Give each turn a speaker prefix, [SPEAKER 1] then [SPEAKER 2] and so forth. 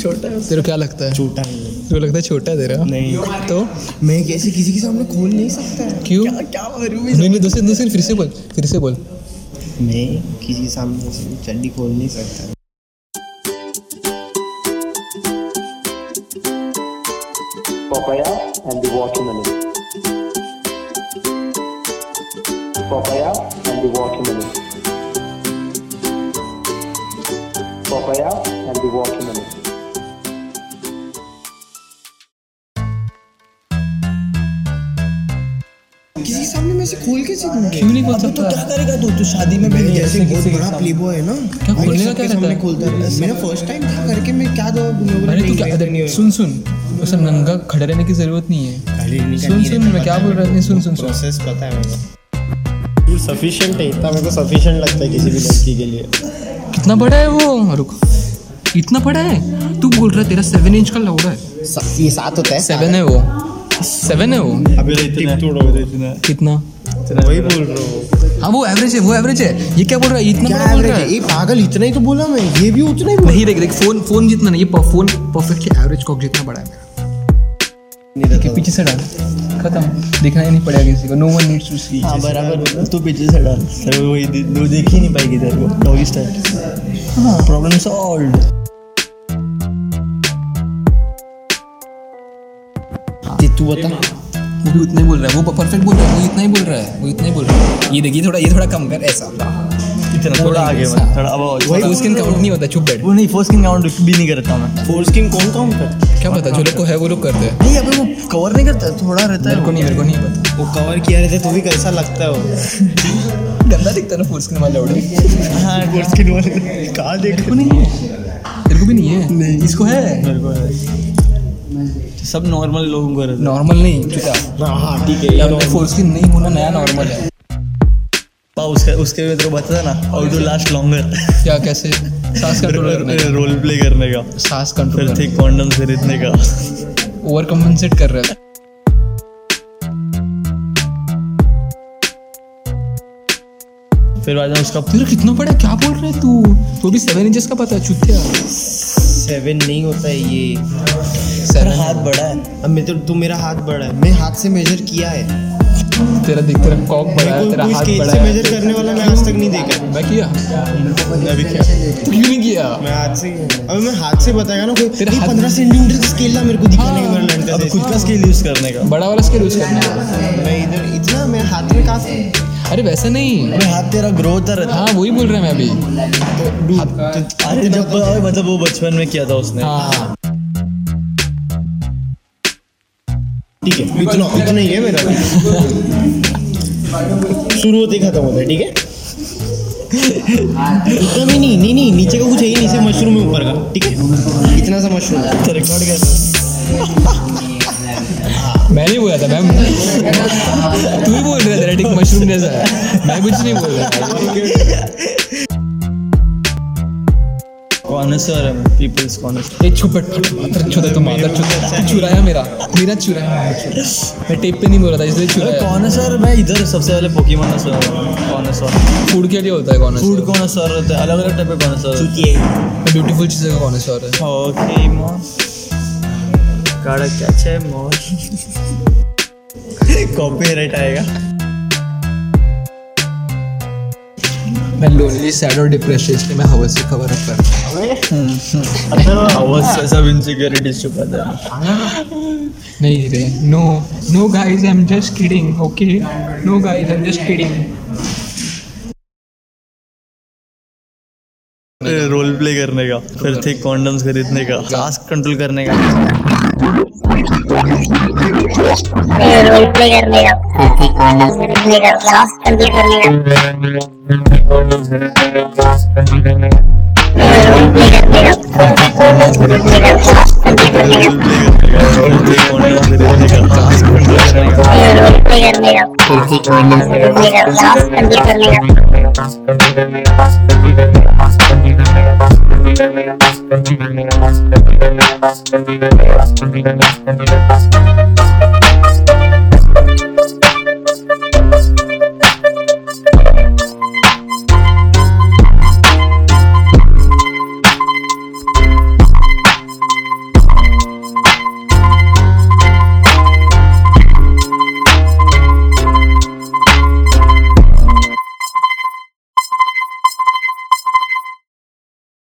[SPEAKER 1] छोटा है तेरे को क्या लगता है
[SPEAKER 2] छोटा है
[SPEAKER 1] तेरे को लगता है छोटा है तेरा
[SPEAKER 2] नहीं
[SPEAKER 1] तो
[SPEAKER 2] मैं कैसे किसी के सामने खोल नहीं सकता
[SPEAKER 1] क्यों?
[SPEAKER 2] क्या क्या करूँ मैं
[SPEAKER 1] नहीं नहीं दूसरे दूसरे फिर से बोल फिर से बोल
[SPEAKER 2] मैं किसी के सामने ऐसे चड्डी खोल नहीं सकता
[SPEAKER 3] Popeye and the Watermelon. Popeye and the Watermelon. Popeye and the Watermelon.
[SPEAKER 2] किसी के सामने मैं ऐसे खोल कैसे दूँ
[SPEAKER 1] क्यों नहीं बोल
[SPEAKER 2] तो क्या
[SPEAKER 1] सकता
[SPEAKER 2] करेगा तू तू शादी में भी नहीं
[SPEAKER 1] जैसे
[SPEAKER 2] ऐसे बहुत
[SPEAKER 1] किसी के
[SPEAKER 2] बड़ा
[SPEAKER 1] सामने-
[SPEAKER 2] प्लेबॉय है ना
[SPEAKER 1] क्या
[SPEAKER 2] मैं
[SPEAKER 1] खोलने का
[SPEAKER 2] सबके
[SPEAKER 1] क्या
[SPEAKER 2] सामने
[SPEAKER 1] रहता है?
[SPEAKER 2] खोलता है मेरा फर्स्ट टाइम था करके मैं क्या जवाब दूंगा बोला,
[SPEAKER 1] अरे तू
[SPEAKER 2] नहीं,
[SPEAKER 1] क्या
[SPEAKER 2] नहीं, नहीं,
[SPEAKER 1] अरे
[SPEAKER 2] नहीं,
[SPEAKER 1] सुन सुन उसे नंगा खड़े रहने की जरूरत नहीं है
[SPEAKER 2] खाली नहीं
[SPEAKER 1] सुन
[SPEAKER 2] करनी है,
[SPEAKER 1] सुन
[SPEAKER 2] मेरे को
[SPEAKER 1] मैं क्या
[SPEAKER 2] पता
[SPEAKER 1] बोल
[SPEAKER 2] है,
[SPEAKER 1] रहा हूँ सुन सुन सुन
[SPEAKER 2] प्रोसेस पता है मेरे को
[SPEAKER 4] ये सफिशिएंट है इतना मेरे को सफिशिएंट लगता है किसी भी लड़की के लिए
[SPEAKER 1] कितना बड़ा है वो रुक इतना बड़ा है तू बोल रहा है तेरा सेवन इंच का लौड़ा है
[SPEAKER 2] सा- ये सात होता है
[SPEAKER 1] सेवन है वो सेवन है वो
[SPEAKER 4] अभी टिप टूट हो इतना
[SPEAKER 1] कितना
[SPEAKER 4] वही बोल रहा हूँ
[SPEAKER 1] हाँ वो एवरेज है वो एवरेज है ये क्या बोल रहा है इतना
[SPEAKER 2] क्या
[SPEAKER 1] बड़ा बोल
[SPEAKER 2] average
[SPEAKER 1] रहा
[SPEAKER 2] है
[SPEAKER 1] है
[SPEAKER 2] ये पागल इतना ही तो बोला मैं ये भी उतना ही बोला
[SPEAKER 1] नहीं देख देख फोन फोन जितना नहीं ये फोन परफेक्टली एवरेज कॉक जितना बड़ा है मेरा
[SPEAKER 2] नहीं
[SPEAKER 1] ठीक है पीछे से डाल खत्म देखना ही नहीं पड़ेगा किसी को no one needs to see
[SPEAKER 4] हाँ बराबर तू पीछे से डाल सर वही दे- वो देख ही नहीं पाएगी तेरे को डॉगी स्टाइल हाँ। प्रॉब्लम सॉल्व
[SPEAKER 2] ते तू बता
[SPEAKER 1] वो भी उतना ही बोल रहा है वो परफेक्ट बोल रहा है वो इतना ही बोल रहा है वो इतना ही बोल रहा है ये देखिए थोड़ा ये थोड़ा कम कर ऐसा
[SPEAKER 4] इतना थोड़ा आगे
[SPEAKER 1] हाँ।
[SPEAKER 4] मत थोड़ा अब और-
[SPEAKER 1] वही उसके काउंट नहीं होता चुप बैठ
[SPEAKER 4] वो नहीं फोर्स किंग काउंट भी नहीं करता मैं
[SPEAKER 2] फोर स्किन कौन काम करता
[SPEAKER 1] क्या पता जो लोग को है वो लोग करते हैं
[SPEAKER 4] नहीं अभी वो कवर नहीं करता थोड़ा रहता
[SPEAKER 1] मेरे को नहीं मेरे को नहीं पता
[SPEAKER 2] वो कवर किया रहता तो भी कैसा लगता है वो
[SPEAKER 1] गंदा दिखता है ना फोर स्किन वाला उड़े तेरे
[SPEAKER 4] हाँ फोर्स किंग वाले कहाँ देखो
[SPEAKER 1] को भी नहीं है नहीं इसको है
[SPEAKER 4] मेरे को है। सब नॉर्मल लोगों को रहता
[SPEAKER 1] नॉर्मल नहीं चुका
[SPEAKER 2] हाँ ठीक है
[SPEAKER 1] यार मैं फोर स्किन नहीं होना नया नॉर्मल है
[SPEAKER 4] पा उसका उसके भी तेरे को पता था ना हाउ टू लास्ट लॉन्गर
[SPEAKER 1] क्या कैसे सांस कंट्रोल करना है
[SPEAKER 4] रोल प्ले करने का
[SPEAKER 1] सांस
[SPEAKER 4] फिर
[SPEAKER 1] कंट्रोल
[SPEAKER 4] थे कॉन्डम खरीदने का
[SPEAKER 1] ओवर कम्पनसेट कर रहा है
[SPEAKER 4] फिर बाद में उसका
[SPEAKER 1] तेरे को कितना बड़ा है? क्या बोल रहा है तू तो भी सेवन इंचेस का पता है चुतिया
[SPEAKER 2] सेवन नहीं होता है ये
[SPEAKER 1] सेवन
[SPEAKER 2] मेरा हाथ बड़ा है अब मैं तो तू मेरा हाथ बड़ा है मैं हाथ से मेजर किया है
[SPEAKER 1] तेरा दिख तेरा कॉक बड़ा है तेरा हाथ
[SPEAKER 2] स्केल
[SPEAKER 1] बड़ा
[SPEAKER 2] से
[SPEAKER 1] है
[SPEAKER 2] मेजर करने वाला मैं आज तक नहीं देखा
[SPEAKER 1] मैं किया
[SPEAKER 2] अभी क्या
[SPEAKER 1] तू क्यों नहीं किया
[SPEAKER 2] मैं हाथ से अभी मैं हाथ से बताएगा ना कोई
[SPEAKER 1] तेरा
[SPEAKER 2] तेरा
[SPEAKER 1] हाथ-
[SPEAKER 2] पंद्रह सेंटीमीटर स्केल ना मेरे को दिखाने
[SPEAKER 1] हाँ।
[SPEAKER 2] के मेरे लड़का
[SPEAKER 4] अब
[SPEAKER 2] से
[SPEAKER 4] खुद का स्किल यूज करने का
[SPEAKER 1] बड़ा वाला स्केल यूज करना है
[SPEAKER 2] मैं इधर इतना मैं हाथ में कहा से
[SPEAKER 1] अरे वैसा नहीं
[SPEAKER 4] अबे हाथ तेरा ग्रो होता रहता
[SPEAKER 1] हाँ वही बोल रहा मैं अभी
[SPEAKER 4] अरे जब अबे मतलब वो बचपन में किया था उसने
[SPEAKER 1] हाँ हाँ
[SPEAKER 2] ठीक है इतना इतना ही है मेरा शुरू होते ही खत्म होता है ठीक है इतना भी नहीं नहीं नहीं नीचे का कुछ है ही नहीं सिर्फ मशरूम है ऊपर का ठीक है इतना सा मशरूम है
[SPEAKER 4] तो रिकॉर्ड कर रहा है।
[SPEAKER 1] मैं नहीं बोला था मैम तू ही बोल रहा था, तेरा टिक मशरूम जैसा है मैं कुछ नहीं बोल रहा था।
[SPEAKER 4] कौन से वाले में पीपल्स कौन से
[SPEAKER 1] ये छुपट मादर छुदा तो मादर छुदा चुराया मेरा मेरा चुराया मैं टेप पे नहीं बोल रहा था इसलिए
[SPEAKER 4] अरे
[SPEAKER 1] चुराया
[SPEAKER 4] कौन सर मैं इधर सबसे पहले पोकेमोन सर कौन सर
[SPEAKER 1] फूड क्या क्या होता है कौन
[SPEAKER 4] फूड कौन सर रहता है अलग अलग टाइप के कौन सर
[SPEAKER 1] ब्यूटीफुल चीज़ें का कौन सा है
[SPEAKER 4] ओके मॉम काड़ा क्या छे मॉम कॉपीराइट आएगा
[SPEAKER 1] मैं लोनली सैड और डिप्रेशन इसलिए मैं हवा से कवर अप कर रहा
[SPEAKER 4] अच्छा। आवाज सब इनसिक्योरिटीज छुपाता है
[SPEAKER 1] हूं। नहीं रे no no guys I am just kidding okay no guys I am just kidding
[SPEAKER 4] फिर रोल प्ले करने का फिर थे कॉन्डम्स खरीदने का टास्क कंट्रोल करने का
[SPEAKER 5] रोल प्ले करने का करने का क्लास कंप्लीट करने का रोल प्ले करने का करने का क्लास कंप्लीट करने का
[SPEAKER 4] रोल प्ले करने का फिर थे कॉन्डम्स खरीदने का टास्क कंट्रोल करने का
[SPEAKER 5] रोल प्ले करने का करने का क्लास कंप्लीट करने का
[SPEAKER 6] Thank you.